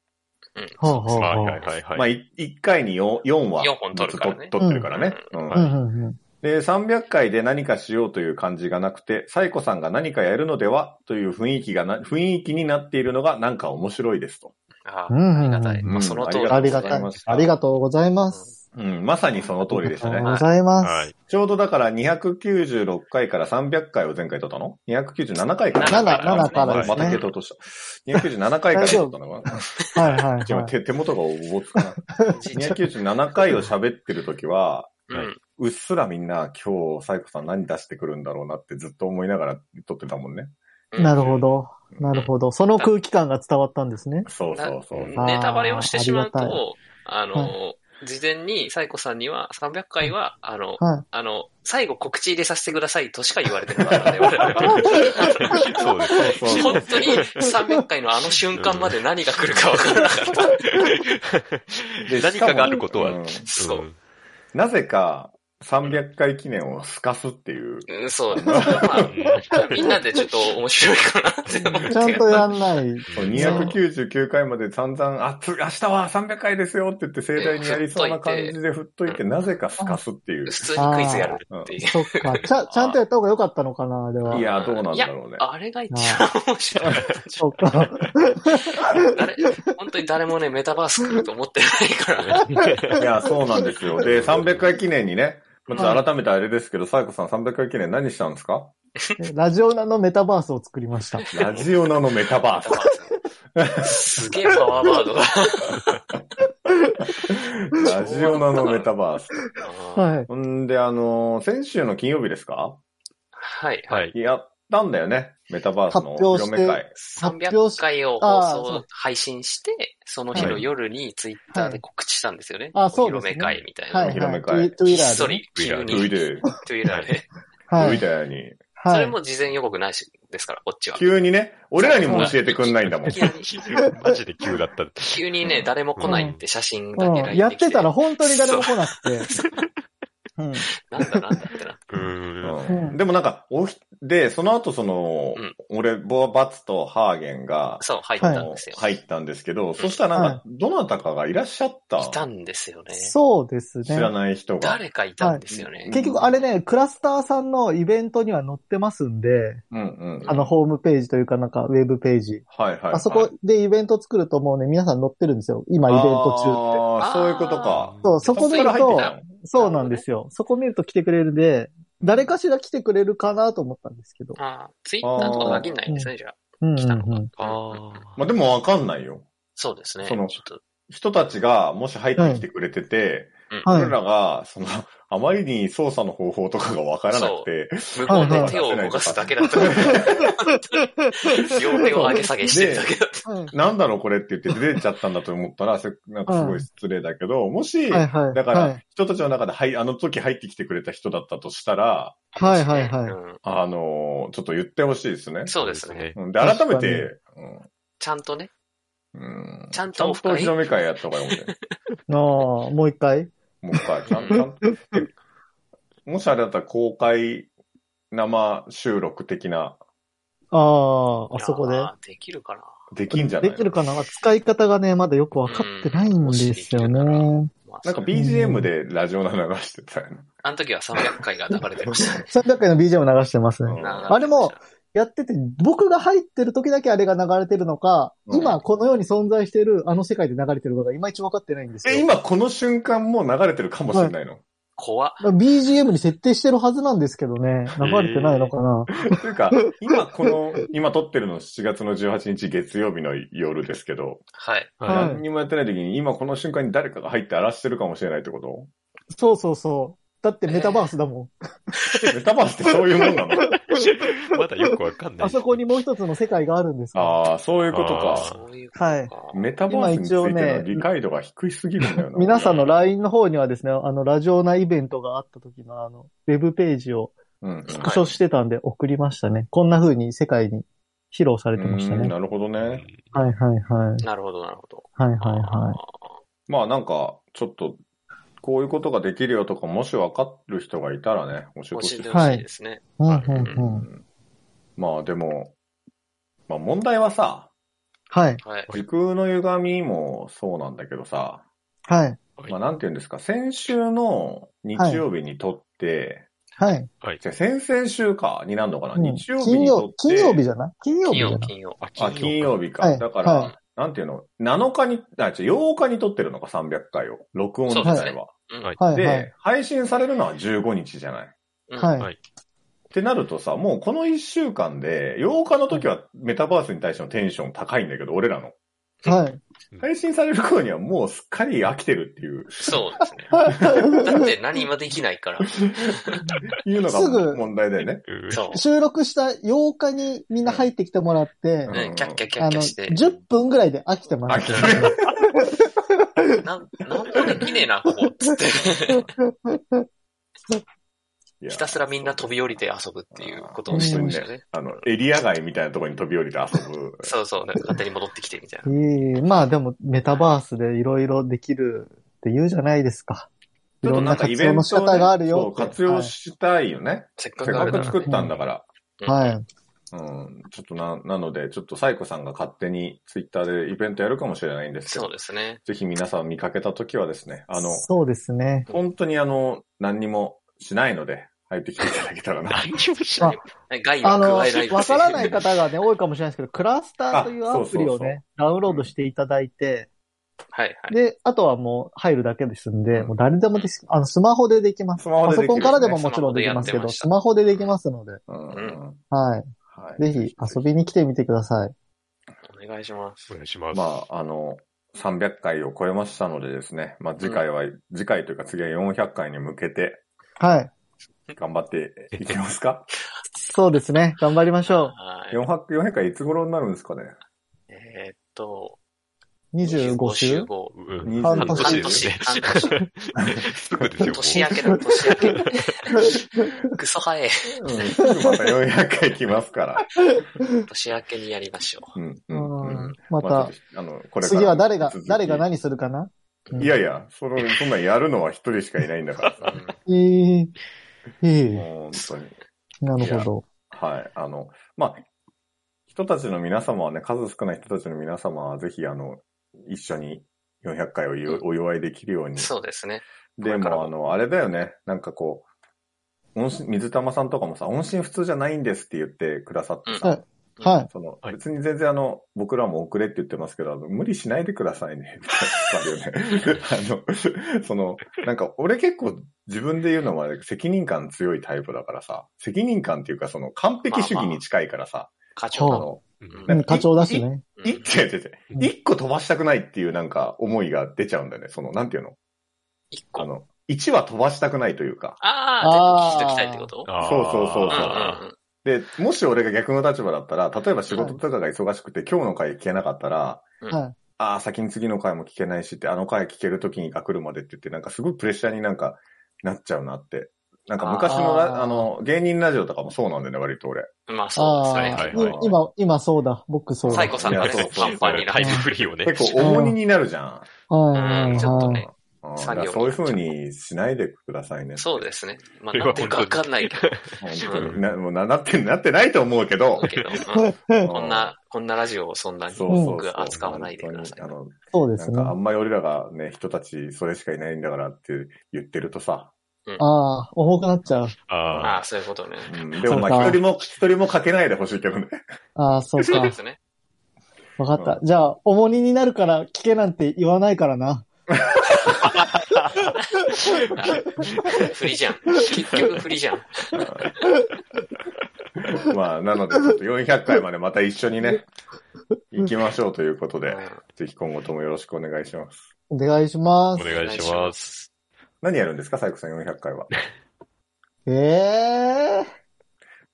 [SPEAKER 2] ほうほう
[SPEAKER 1] はい
[SPEAKER 2] ほう
[SPEAKER 1] はいはいはい。
[SPEAKER 4] まあ、い1回に 4, 四話
[SPEAKER 3] 四本撮るからね
[SPEAKER 4] ずっと撮ってるからね。う
[SPEAKER 2] う
[SPEAKER 4] ん
[SPEAKER 2] んうんうん
[SPEAKER 4] で、300回で何かしようという感じがなくて、サイコさんが何かやるのではという雰囲気がな、雰囲気になっているのがなんか面白いですと。
[SPEAKER 3] あ
[SPEAKER 2] うんうんうん
[SPEAKER 3] ありがたい。まあ、その通り
[SPEAKER 2] ありが
[SPEAKER 4] あ
[SPEAKER 2] た
[SPEAKER 4] り
[SPEAKER 2] い
[SPEAKER 4] がとうございまし。た
[SPEAKER 2] ありがとうございます。
[SPEAKER 4] うん、まさにその通りでした
[SPEAKER 2] あ
[SPEAKER 4] ね
[SPEAKER 2] り。がとうございます。
[SPEAKER 1] はい。
[SPEAKER 4] ちょうどだから296回から300回を前回撮ったの ?297 回から。
[SPEAKER 2] 7 7から
[SPEAKER 1] ですね
[SPEAKER 4] また系統とした。297回から撮ったのかな
[SPEAKER 2] はいはい
[SPEAKER 4] ちょ
[SPEAKER 2] はい。
[SPEAKER 4] 手手元がおぼつか
[SPEAKER 3] *laughs*
[SPEAKER 4] な。297回を喋ってる時は、
[SPEAKER 3] うん。
[SPEAKER 4] うっすらみんな今日サイコさん何出してくるんだろうなってずっと思いながら撮ってたもんね。
[SPEAKER 3] うん
[SPEAKER 2] なるほど。なるほど。その空気感が伝わったんですね。
[SPEAKER 4] そうそうそう。
[SPEAKER 2] あー
[SPEAKER 3] ネタバレをしてしまう
[SPEAKER 2] ありがた
[SPEAKER 3] と、あの、事前にサイコさんには300回は、あの、
[SPEAKER 2] はい。
[SPEAKER 3] あの、最後告知入れさせてくださいとしか言われてなか
[SPEAKER 2] *laughs*
[SPEAKER 3] ったね、我々は。
[SPEAKER 1] そうです。
[SPEAKER 4] そ
[SPEAKER 3] *laughs*
[SPEAKER 4] うそう
[SPEAKER 3] 本当に300回のあの瞬間まで何が来るか分からなかった。
[SPEAKER 4] で
[SPEAKER 1] 何かがあることは
[SPEAKER 4] うん
[SPEAKER 3] そう。
[SPEAKER 4] なぜか300回記念をすかすっていう。
[SPEAKER 3] うんそうですね。まあ、みんなでちょっと面白いかなって思って。
[SPEAKER 2] *laughs* ちゃんとやんない。
[SPEAKER 4] そう299回まで散々、あ、つ明日は300回ですよって言って盛大にやりそうな感じで振っといて、なぜかすかすっていう
[SPEAKER 3] 普。通にクイズやるって *laughs* いう。
[SPEAKER 2] そっか。ちゃ、ちゃんとやった方が良かったのかな、あれは。
[SPEAKER 4] いや、どうなんだろうね。
[SPEAKER 3] あれが一番面白い。
[SPEAKER 2] そっか。
[SPEAKER 3] *laughs* 誰、本当に誰もね、メタバース来ると思ってないから。
[SPEAKER 4] いや、そうなんですよ。で、300回記念にね、まず改めてあれですけど、サイコさん300回記念何したんですか
[SPEAKER 2] ラジオナのメタバースを作りました。
[SPEAKER 4] ラジオナのメタバー *laughs* ス。
[SPEAKER 3] すげえパワーワードだ。
[SPEAKER 4] ラジオナのメタバース。
[SPEAKER 2] はい。
[SPEAKER 4] ほんで、あのー先週の金曜日ですか
[SPEAKER 3] はい。
[SPEAKER 1] はい。
[SPEAKER 4] やったんだよね。メタバースの
[SPEAKER 2] 発
[SPEAKER 4] お
[SPEAKER 2] 表
[SPEAKER 4] 披
[SPEAKER 2] して
[SPEAKER 4] 露目会。
[SPEAKER 2] 発表
[SPEAKER 3] 300
[SPEAKER 2] し
[SPEAKER 3] 回を放
[SPEAKER 2] あーそ
[SPEAKER 3] 送
[SPEAKER 2] う、
[SPEAKER 3] 配信して、その日の夜にツイッターで告知したんですよね。
[SPEAKER 2] はいあそうです
[SPEAKER 3] お披
[SPEAKER 2] ね
[SPEAKER 3] 露目会みたいな。
[SPEAKER 2] はい、
[SPEAKER 4] お披露目
[SPEAKER 2] は
[SPEAKER 4] 会
[SPEAKER 2] い。トゥ
[SPEAKER 3] ひ
[SPEAKER 2] イ
[SPEAKER 3] っ
[SPEAKER 2] ラ
[SPEAKER 3] そ
[SPEAKER 2] ーでね。
[SPEAKER 3] り、急に
[SPEAKER 4] うい、で、
[SPEAKER 3] トゥイラーで。
[SPEAKER 2] は
[SPEAKER 4] うい
[SPEAKER 2] い。
[SPEAKER 4] だよに。
[SPEAKER 3] そ
[SPEAKER 2] は
[SPEAKER 3] れ
[SPEAKER 2] い。
[SPEAKER 3] も事前予告なしですから、こっちは。
[SPEAKER 4] 急にね、俺らにも教えてくんないんだもん。
[SPEAKER 3] いきなり
[SPEAKER 1] マジで急だった。
[SPEAKER 3] 急にね、誰も来ないって写真だけ
[SPEAKER 2] う
[SPEAKER 3] LINE
[SPEAKER 2] ん、やっ
[SPEAKER 3] でき
[SPEAKER 2] てたら、本当に誰も来なく
[SPEAKER 3] *laughs*
[SPEAKER 2] て。うん。
[SPEAKER 3] なんだなんだってな。
[SPEAKER 1] うーん。
[SPEAKER 4] うんでもなんか、おひ、で、その後その、
[SPEAKER 3] うん
[SPEAKER 4] 俺、ボアバツとハーゲンが、
[SPEAKER 3] そう、入っ
[SPEAKER 4] あ
[SPEAKER 3] たん
[SPEAKER 4] の
[SPEAKER 3] ですよ。
[SPEAKER 4] 入ったんですけど、そしたらなんか、どなたかがいらっしゃった。
[SPEAKER 3] いたんですよ
[SPEAKER 2] *laughs*
[SPEAKER 3] ね。
[SPEAKER 2] そうですね。
[SPEAKER 4] 知らない人が。
[SPEAKER 3] 誰かいたんですよね。
[SPEAKER 2] 結局あれね、クラスターさんのイベントには載ってますんで、
[SPEAKER 4] うんうん。
[SPEAKER 2] あのホームページというかなんかウェブページ。
[SPEAKER 4] はいはいはい。
[SPEAKER 2] あそこでイベント作るともうね、皆さん載ってるんですよ。今イベント中って。
[SPEAKER 4] あーそういうことか。
[SPEAKER 2] そう、そこ見る
[SPEAKER 4] そっから入っ
[SPEAKER 2] と
[SPEAKER 4] てたの、
[SPEAKER 2] そうなんですよ。そこ見ると来てくれるんで、誰かしら来てくれるかなと思ったんですけど。
[SPEAKER 3] ああ、ツイッターとか限らないんですね、じゃあ。
[SPEAKER 2] うん、うん
[SPEAKER 3] 来たのか
[SPEAKER 2] うん。
[SPEAKER 1] ああ。
[SPEAKER 4] まあでもわかんないよ。
[SPEAKER 3] そうですね。
[SPEAKER 4] その
[SPEAKER 3] ちょっと、
[SPEAKER 4] 人たちが、もし入ってきてくれてて、
[SPEAKER 2] は
[SPEAKER 4] 俺
[SPEAKER 2] い。
[SPEAKER 4] らが、その、あまりに操作の方法とかがわからなくて、
[SPEAKER 3] 向こうで手を動かすだけだった両手を上げ下げしてるだけだった。
[SPEAKER 2] うん
[SPEAKER 4] なんだろうこれって言って出てちゃったんだと思ったら、せなんかすごい失礼だけど、もし、
[SPEAKER 2] はいはい。
[SPEAKER 4] だから、
[SPEAKER 2] はい
[SPEAKER 4] 人たちの中で、はい、あの時入ってきてくれた人だったとしたら、
[SPEAKER 2] はいはいはい。
[SPEAKER 3] うん
[SPEAKER 4] あのーちょっと言ってほしいですね。
[SPEAKER 3] そうですね。
[SPEAKER 4] うんで、改めて、
[SPEAKER 3] ちゃんとね。
[SPEAKER 4] うんうん
[SPEAKER 3] ちゃんとオ
[SPEAKER 4] ち
[SPEAKER 3] フ
[SPEAKER 4] ゃ
[SPEAKER 3] 会
[SPEAKER 4] んとお披露目会やった方がいいもんね。
[SPEAKER 2] あ
[SPEAKER 3] *laughs*
[SPEAKER 2] あ、もう一回
[SPEAKER 4] もう一回、ちゃんちゃんと。でもしあれだったら公開生収録的な、
[SPEAKER 2] ああ、あそこ
[SPEAKER 3] い
[SPEAKER 2] で。
[SPEAKER 3] やー。できるかな。
[SPEAKER 4] できんじゃな
[SPEAKER 2] で
[SPEAKER 4] い
[SPEAKER 2] きるかな使い方がね、まだよくわかってないんですよね。
[SPEAKER 3] まあ
[SPEAKER 4] なんか BGM でラジオ流してたよね。
[SPEAKER 3] あの時は300回が流れてま
[SPEAKER 4] *laughs*
[SPEAKER 3] したね。
[SPEAKER 2] 300回の BGM 流してますね。
[SPEAKER 3] あ
[SPEAKER 2] でも、やってて、僕が入ってる時だけあれが流れてるのか、
[SPEAKER 4] うん
[SPEAKER 2] 今この世に存在してるあの世界で流れてるのがいまいちわかってないんですよ。
[SPEAKER 4] え、今この瞬間もう流れてるかもしれないの、
[SPEAKER 3] 怖っ。
[SPEAKER 2] BGM に設定してるはずなんですけどね。流れてないのかな、
[SPEAKER 4] というか、今この、今撮ってるの7月の18日月曜日の夜ですけど、
[SPEAKER 3] はい。
[SPEAKER 2] はい
[SPEAKER 4] 何にもやってない時に今この瞬間に誰かが入って荒らしてるかもしれないってこと
[SPEAKER 2] そうそうそう。だってメタバースだもん。
[SPEAKER 4] メタバースってそういうもんなの
[SPEAKER 2] *laughs*
[SPEAKER 1] *laughs* まだよくわかんない。
[SPEAKER 2] あそこにもう一つの世界があるんですから。
[SPEAKER 4] ああ、そういうこと
[SPEAKER 1] あ
[SPEAKER 4] か。
[SPEAKER 3] そういうことか。
[SPEAKER 2] はい
[SPEAKER 4] メタバースについ
[SPEAKER 2] 今一
[SPEAKER 4] て
[SPEAKER 2] 応
[SPEAKER 4] の
[SPEAKER 2] ね
[SPEAKER 4] 理解度が低すぎるんだよな。
[SPEAKER 2] 皆さんの
[SPEAKER 4] ラ、
[SPEAKER 2] LINE の方にはですね、あの、ラジオ内イベントがあった時のあの、ウェブページを
[SPEAKER 4] うんうん、
[SPEAKER 2] スクショしてたんで送りましたね。こんな風に世界に披露されてました
[SPEAKER 4] うん
[SPEAKER 2] ね。
[SPEAKER 4] なるほどね。
[SPEAKER 2] はいはいはい。
[SPEAKER 3] なるほど、なるほど。
[SPEAKER 2] はいはいはい。
[SPEAKER 4] まあなんか、ちょっと、こういうことができるよとか、もしわかる人がいたらね、教えて
[SPEAKER 3] 教
[SPEAKER 4] ほしい
[SPEAKER 3] え
[SPEAKER 4] で
[SPEAKER 3] て
[SPEAKER 4] す。
[SPEAKER 3] ほしいですね。
[SPEAKER 2] うん
[SPEAKER 3] はい
[SPEAKER 2] うんうん。
[SPEAKER 4] まあでも、まあ問題はさ、
[SPEAKER 2] はい。
[SPEAKER 3] はい。
[SPEAKER 4] 時空の歪みもそうなんだけどさ、
[SPEAKER 2] はい。
[SPEAKER 1] はい
[SPEAKER 4] まあなんて言うんですか、先週の日曜日に撮って、
[SPEAKER 2] はい。
[SPEAKER 4] じゃあ先々週か、になるのかな、
[SPEAKER 2] うん
[SPEAKER 4] 日曜日
[SPEAKER 2] 金
[SPEAKER 4] に撮っ
[SPEAKER 2] 曜
[SPEAKER 4] て、、
[SPEAKER 2] 金曜日じゃない金曜
[SPEAKER 3] 金
[SPEAKER 2] 日じゃ
[SPEAKER 3] 曜、
[SPEAKER 2] ない
[SPEAKER 3] 金曜。
[SPEAKER 1] あ、
[SPEAKER 4] あ、金
[SPEAKER 1] 金曜
[SPEAKER 4] 曜日か。
[SPEAKER 2] はい
[SPEAKER 4] だから、
[SPEAKER 2] は
[SPEAKER 4] なんていうの、7日に、あ、違う、8日に撮ってるのか、300回を。録音自
[SPEAKER 3] そう
[SPEAKER 4] 体
[SPEAKER 3] ですね
[SPEAKER 4] は。
[SPEAKER 3] うん
[SPEAKER 1] はい
[SPEAKER 2] はい
[SPEAKER 4] で、
[SPEAKER 2] はい。
[SPEAKER 4] 配信されるのは15日じゃない。
[SPEAKER 3] うん
[SPEAKER 2] はい。
[SPEAKER 1] はい
[SPEAKER 4] ってなるとさ、もうこの1週間で、8日の時はメタバースに対してのテンション高いんだけど、俺らの。
[SPEAKER 2] はい。
[SPEAKER 4] 配信される頃にはもうすっかり飽きてるっていう、
[SPEAKER 3] そうですね。
[SPEAKER 2] *laughs*
[SPEAKER 3] だって何もできないから。
[SPEAKER 4] いうの
[SPEAKER 2] すぐ
[SPEAKER 4] が問題だよね。
[SPEAKER 1] うん
[SPEAKER 3] そう。
[SPEAKER 2] 収録した8日にみんな入ってきてもらって、
[SPEAKER 4] ん
[SPEAKER 3] ね、キャッキャキャ
[SPEAKER 2] あ
[SPEAKER 3] ッキ
[SPEAKER 2] の、
[SPEAKER 3] ャして。
[SPEAKER 2] 10分ぐらいで飽きてま
[SPEAKER 4] 飽
[SPEAKER 2] す。
[SPEAKER 4] きてる。
[SPEAKER 3] なん、なんもできねえな、ここ。つって。
[SPEAKER 4] いや
[SPEAKER 3] ひたすらみんな飛び降りて遊ぶっていうことをしてましたね。
[SPEAKER 4] あの、エリア外みたいなところに飛び降りて遊ぶ。
[SPEAKER 3] そうそう。なんか勝手に戻ってきてみたい
[SPEAKER 2] ええまあでもメタバースでいろいろできるって言うじゃないですか。い
[SPEAKER 4] ちょっ
[SPEAKER 2] ろ
[SPEAKER 4] と
[SPEAKER 2] ん
[SPEAKER 4] な
[SPEAKER 2] なん
[SPEAKER 4] か
[SPEAKER 2] 活
[SPEAKER 4] イベ
[SPEAKER 2] 用
[SPEAKER 4] ント
[SPEAKER 2] の
[SPEAKER 4] を
[SPEAKER 2] 仕方がある
[SPEAKER 4] ね
[SPEAKER 2] よ
[SPEAKER 4] そう
[SPEAKER 2] って。
[SPEAKER 4] 活用したいよね。
[SPEAKER 3] な。せっか
[SPEAKER 4] せっ
[SPEAKER 3] くあ
[SPEAKER 4] か
[SPEAKER 3] るな
[SPEAKER 4] く
[SPEAKER 3] ら。
[SPEAKER 4] 作ったんだから。
[SPEAKER 2] はい。
[SPEAKER 3] い。
[SPEAKER 2] はい。
[SPEAKER 4] うん。ちょっとな、なので、ちょっとサイコさんが勝手にツイッターでイベントやるかもしれないんですけ
[SPEAKER 3] そ
[SPEAKER 4] ど
[SPEAKER 3] う、ですね。
[SPEAKER 4] ぜひ皆さん見かけたときはですね、あの、
[SPEAKER 2] そうですね。
[SPEAKER 4] 本当にあの、何にもしないので、入ってきていただけたらな。
[SPEAKER 1] 何をしない
[SPEAKER 3] 害
[SPEAKER 2] あ
[SPEAKER 3] は
[SPEAKER 2] の、
[SPEAKER 3] 加えない
[SPEAKER 2] わからない方がね、多いかもしれないですけど、クラスターというアプリ
[SPEAKER 4] あそうそう
[SPEAKER 2] を
[SPEAKER 4] そう
[SPEAKER 2] ね、ダウンロードしていただいて、
[SPEAKER 3] *laughs* はいはい。
[SPEAKER 2] で、あとはもう入るだけですんで、
[SPEAKER 4] うん
[SPEAKER 2] もう誰でもです、あの、スマホでできます。
[SPEAKER 4] スマホ
[SPEAKER 2] パ
[SPEAKER 4] で
[SPEAKER 2] ソ
[SPEAKER 4] できる
[SPEAKER 2] コンからでも
[SPEAKER 4] ね
[SPEAKER 2] もちろんできますけ
[SPEAKER 3] スマホでやって
[SPEAKER 2] ど、
[SPEAKER 3] ました
[SPEAKER 2] スマホでできますので、
[SPEAKER 4] うん
[SPEAKER 3] ん
[SPEAKER 2] は。
[SPEAKER 4] は
[SPEAKER 2] ぜ
[SPEAKER 4] い
[SPEAKER 2] ひ遊びに来てみてください。
[SPEAKER 3] お願いします。
[SPEAKER 1] お願いします。
[SPEAKER 4] まあ、あの、300回を超えましたのでですね、まあ次回は、次回というか次は400回に向けて
[SPEAKER 2] はい。
[SPEAKER 4] 頑張っていけま
[SPEAKER 1] *laughs*
[SPEAKER 4] すか
[SPEAKER 2] そうですね。頑張りましょ
[SPEAKER 3] はい。
[SPEAKER 4] ?400 400回いつ頃になるんですかね
[SPEAKER 3] えーっと、
[SPEAKER 2] う。25週
[SPEAKER 3] 後
[SPEAKER 1] うん *laughs*
[SPEAKER 4] 20
[SPEAKER 1] 半年ですよね。
[SPEAKER 3] 半年半
[SPEAKER 1] すぐですよ、もう
[SPEAKER 3] 年
[SPEAKER 2] *laughs*
[SPEAKER 3] 明けだ、年明け。クソ早え。
[SPEAKER 4] うん、すぐまた400回来ますから。
[SPEAKER 3] 年明けにやりましょ
[SPEAKER 4] うん、う、
[SPEAKER 2] うん
[SPEAKER 4] うんん。
[SPEAKER 2] ま
[SPEAKER 4] まあ
[SPEAKER 2] た
[SPEAKER 4] ぜ、ひあの、これから
[SPEAKER 2] 次は誰が
[SPEAKER 4] 続、き
[SPEAKER 2] 誰が何するかない
[SPEAKER 4] やいや、その、そんなんやるのは一人しかいないんだか
[SPEAKER 1] *laughs*
[SPEAKER 4] ら
[SPEAKER 3] う。
[SPEAKER 4] さ。
[SPEAKER 2] えええ
[SPEAKER 4] 本当に。
[SPEAKER 2] えなるほど。
[SPEAKER 4] はい。あの、まあ、人たちの皆様はね、数少ない人たちの皆様は、ぜひ、あの、一緒に400回をゆお祝いできるよう
[SPEAKER 3] う
[SPEAKER 2] *laughs*
[SPEAKER 4] に
[SPEAKER 3] ん。そうですね。
[SPEAKER 4] で
[SPEAKER 3] これから
[SPEAKER 4] も、
[SPEAKER 3] も
[SPEAKER 4] あの、あれだよね。なんかこう、音信、水玉さんとかもさ、音信不通じゃないんですって言ってくださってさ、
[SPEAKER 3] うん
[SPEAKER 2] はい。
[SPEAKER 4] その、
[SPEAKER 1] はい
[SPEAKER 4] 別に全然あの、僕らも遅れって言ってますけど、あの無理しないでくださいね、ってあるよね。
[SPEAKER 2] *laughs*
[SPEAKER 4] あの、その、なんか俺結構自分で言うのもあれ責任感強いタイプだからさ、責任感っていうかその完璧主義に近いからさ、
[SPEAKER 3] 課
[SPEAKER 4] あ
[SPEAKER 3] 長
[SPEAKER 2] まあまあ
[SPEAKER 3] の。
[SPEAKER 4] の、
[SPEAKER 1] うん
[SPEAKER 4] なんか
[SPEAKER 2] 課長だしね。
[SPEAKER 3] うん
[SPEAKER 4] いって、てて
[SPEAKER 2] う、ん
[SPEAKER 4] 一個飛ばしたくないっていうなんか思いが出ちゃうんだよね。その、なんていうの
[SPEAKER 3] 一
[SPEAKER 4] あ
[SPEAKER 3] 個。
[SPEAKER 4] の、一は飛ばしたくないというか。
[SPEAKER 3] ああ、全部聞いときたいってこと
[SPEAKER 1] あー
[SPEAKER 4] そうそうそう
[SPEAKER 3] うん
[SPEAKER 4] あ
[SPEAKER 3] うんうん。
[SPEAKER 4] で、もし俺が逆の立場だったら、例えば仕事とかが忙しくて、今日の回聞けなかったら、
[SPEAKER 3] うん
[SPEAKER 2] は
[SPEAKER 4] ああ、先に次の回も聞けないしって、あの回聞ける時が来るまでって言って、なんかすごいプレッシャーになんかなっちゃうなって。なんか昔のラ
[SPEAKER 2] あ
[SPEAKER 4] あ
[SPEAKER 2] ー
[SPEAKER 4] の、芸人ラジオとかもそうなんだよね、割と俺。
[SPEAKER 3] まあそう
[SPEAKER 2] あ
[SPEAKER 3] です
[SPEAKER 1] は
[SPEAKER 3] ね。
[SPEAKER 1] い
[SPEAKER 2] あ、い今、今そうだ。僕そうだ。
[SPEAKER 3] サイコさんが
[SPEAKER 4] いや
[SPEAKER 3] ね
[SPEAKER 4] そう、そう
[SPEAKER 3] パンパンになっ
[SPEAKER 1] タイ
[SPEAKER 3] て
[SPEAKER 1] ム。フリーをね。
[SPEAKER 4] 結構重荷になるじゃん。
[SPEAKER 2] はいはい
[SPEAKER 3] うんちょっと
[SPEAKER 2] は
[SPEAKER 3] ね
[SPEAKER 2] い。
[SPEAKER 4] うん
[SPEAKER 3] 作業
[SPEAKER 4] だからそういう風にしないでくださいね。
[SPEAKER 3] そうですね。
[SPEAKER 1] そ
[SPEAKER 3] まあ、
[SPEAKER 1] れ
[SPEAKER 3] な
[SPEAKER 1] は
[SPEAKER 3] ってるかわかんないけど。
[SPEAKER 4] 本当になもうななって、なってないと思う
[SPEAKER 3] *laughs*
[SPEAKER 4] けど
[SPEAKER 3] だ、けどうん
[SPEAKER 4] うん
[SPEAKER 3] こんな、こんなラジオをそんなに
[SPEAKER 4] そうそうそう
[SPEAKER 3] 僕は扱わないでください
[SPEAKER 4] 本。当に
[SPEAKER 2] そう
[SPEAKER 4] あ
[SPEAKER 2] で
[SPEAKER 4] の、な
[SPEAKER 2] す
[SPEAKER 4] ん
[SPEAKER 2] ね。
[SPEAKER 4] かあんまり俺らがね、人たちそれしかいないんだからって言ってるとさ、
[SPEAKER 2] ああ、重くなっちゃう。
[SPEAKER 1] あ
[SPEAKER 3] あ
[SPEAKER 1] あ。
[SPEAKER 3] あ、そういうことね。
[SPEAKER 4] うん、でもま
[SPEAKER 2] そう
[SPEAKER 4] あ
[SPEAKER 2] か
[SPEAKER 4] 一人も、一人もかけないでほしいけどね。 *laughs*
[SPEAKER 2] ああ、そう
[SPEAKER 3] そう
[SPEAKER 2] か
[SPEAKER 3] で。すね。
[SPEAKER 2] わかった。じゃあ、重荷になるから聞けなんて言わないからな。
[SPEAKER 3] 振りじゃん。結局振りじゃん。
[SPEAKER 4] まあ、なので、ちょっと400回までまた一緒
[SPEAKER 2] *laughs*
[SPEAKER 4] にね、行きましょうということで、ぜひ今後ともよろしくお願いします。
[SPEAKER 2] お願いしま
[SPEAKER 1] お
[SPEAKER 2] す。
[SPEAKER 1] 願いします。
[SPEAKER 4] 何やるんですか、サイコさん400回は。
[SPEAKER 2] ええ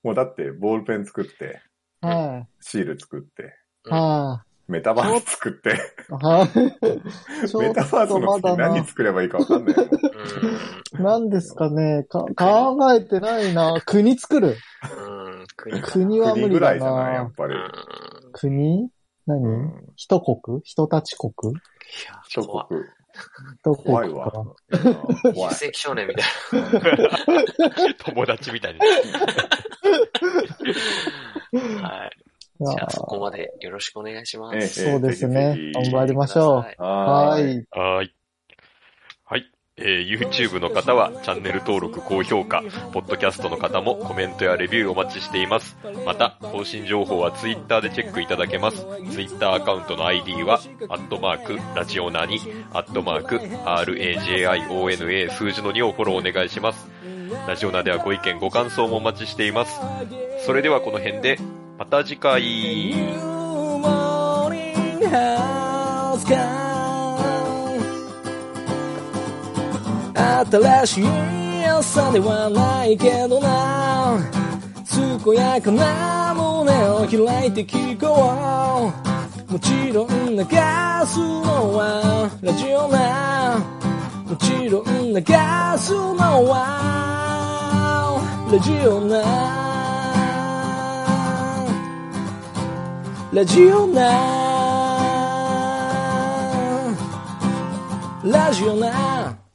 [SPEAKER 4] もうだって、ボールペン作って、
[SPEAKER 2] ー。はい。
[SPEAKER 4] シール作って、
[SPEAKER 2] は
[SPEAKER 4] メタバース作って、
[SPEAKER 2] い。はい。ち
[SPEAKER 4] メ
[SPEAKER 2] ょ
[SPEAKER 4] タバー
[SPEAKER 2] っ
[SPEAKER 4] ス
[SPEAKER 2] と
[SPEAKER 4] の
[SPEAKER 2] ま
[SPEAKER 4] 次
[SPEAKER 2] だ
[SPEAKER 4] 何
[SPEAKER 2] な。
[SPEAKER 4] 作ればいいかわかんない。
[SPEAKER 3] う
[SPEAKER 2] *laughs* 何ですかね。か、考えてないな。国作る。
[SPEAKER 3] ん。うん。国か。
[SPEAKER 2] 国は無
[SPEAKER 4] 国ぐ
[SPEAKER 2] 理
[SPEAKER 4] ら
[SPEAKER 2] だ
[SPEAKER 4] いじゃない、やっ
[SPEAKER 2] な。
[SPEAKER 4] ぱ
[SPEAKER 3] う
[SPEAKER 4] り。
[SPEAKER 3] ん。
[SPEAKER 2] 国
[SPEAKER 4] う
[SPEAKER 2] 何
[SPEAKER 4] ん。
[SPEAKER 2] 一国人たち国
[SPEAKER 4] 諸
[SPEAKER 3] 怖っ
[SPEAKER 4] 国。
[SPEAKER 2] 一
[SPEAKER 4] 怖い
[SPEAKER 2] 国
[SPEAKER 4] わ
[SPEAKER 2] か。。
[SPEAKER 4] うん怖
[SPEAKER 3] 一
[SPEAKER 2] *laughs*
[SPEAKER 4] い。
[SPEAKER 3] 石少年みたい
[SPEAKER 1] 友達みたいに。
[SPEAKER 3] な。はい。
[SPEAKER 2] いや
[SPEAKER 3] じゃあ、そこまでよろしくお願いしま
[SPEAKER 4] ええ
[SPEAKER 3] す。
[SPEAKER 2] そうですね
[SPEAKER 4] ぜひ。ぜひ
[SPEAKER 2] 頑張りましょ
[SPEAKER 3] う。
[SPEAKER 2] う。は
[SPEAKER 4] はーい。
[SPEAKER 2] い。
[SPEAKER 1] はい。はい。えー YouTube の方はチャンネル登録、高評価、ポッドキャストの方もコメントやレビューお待ちしています。また、更新情報は Twitter でチェックいただけます。Twitter アカウントの ID は、アットマーク、ラジオナに、アットマーク、RAJIONA 数字の2をフォローお願いします。ラジオナではご意見、ご感想もお待ちしています。それではこの辺で、また次回。
[SPEAKER 8] 新しい朝ではないけどな健やかな胸を開いて聞こうもちろん流すのはラジオなもちろん流すのはラジオなラジオなラジオな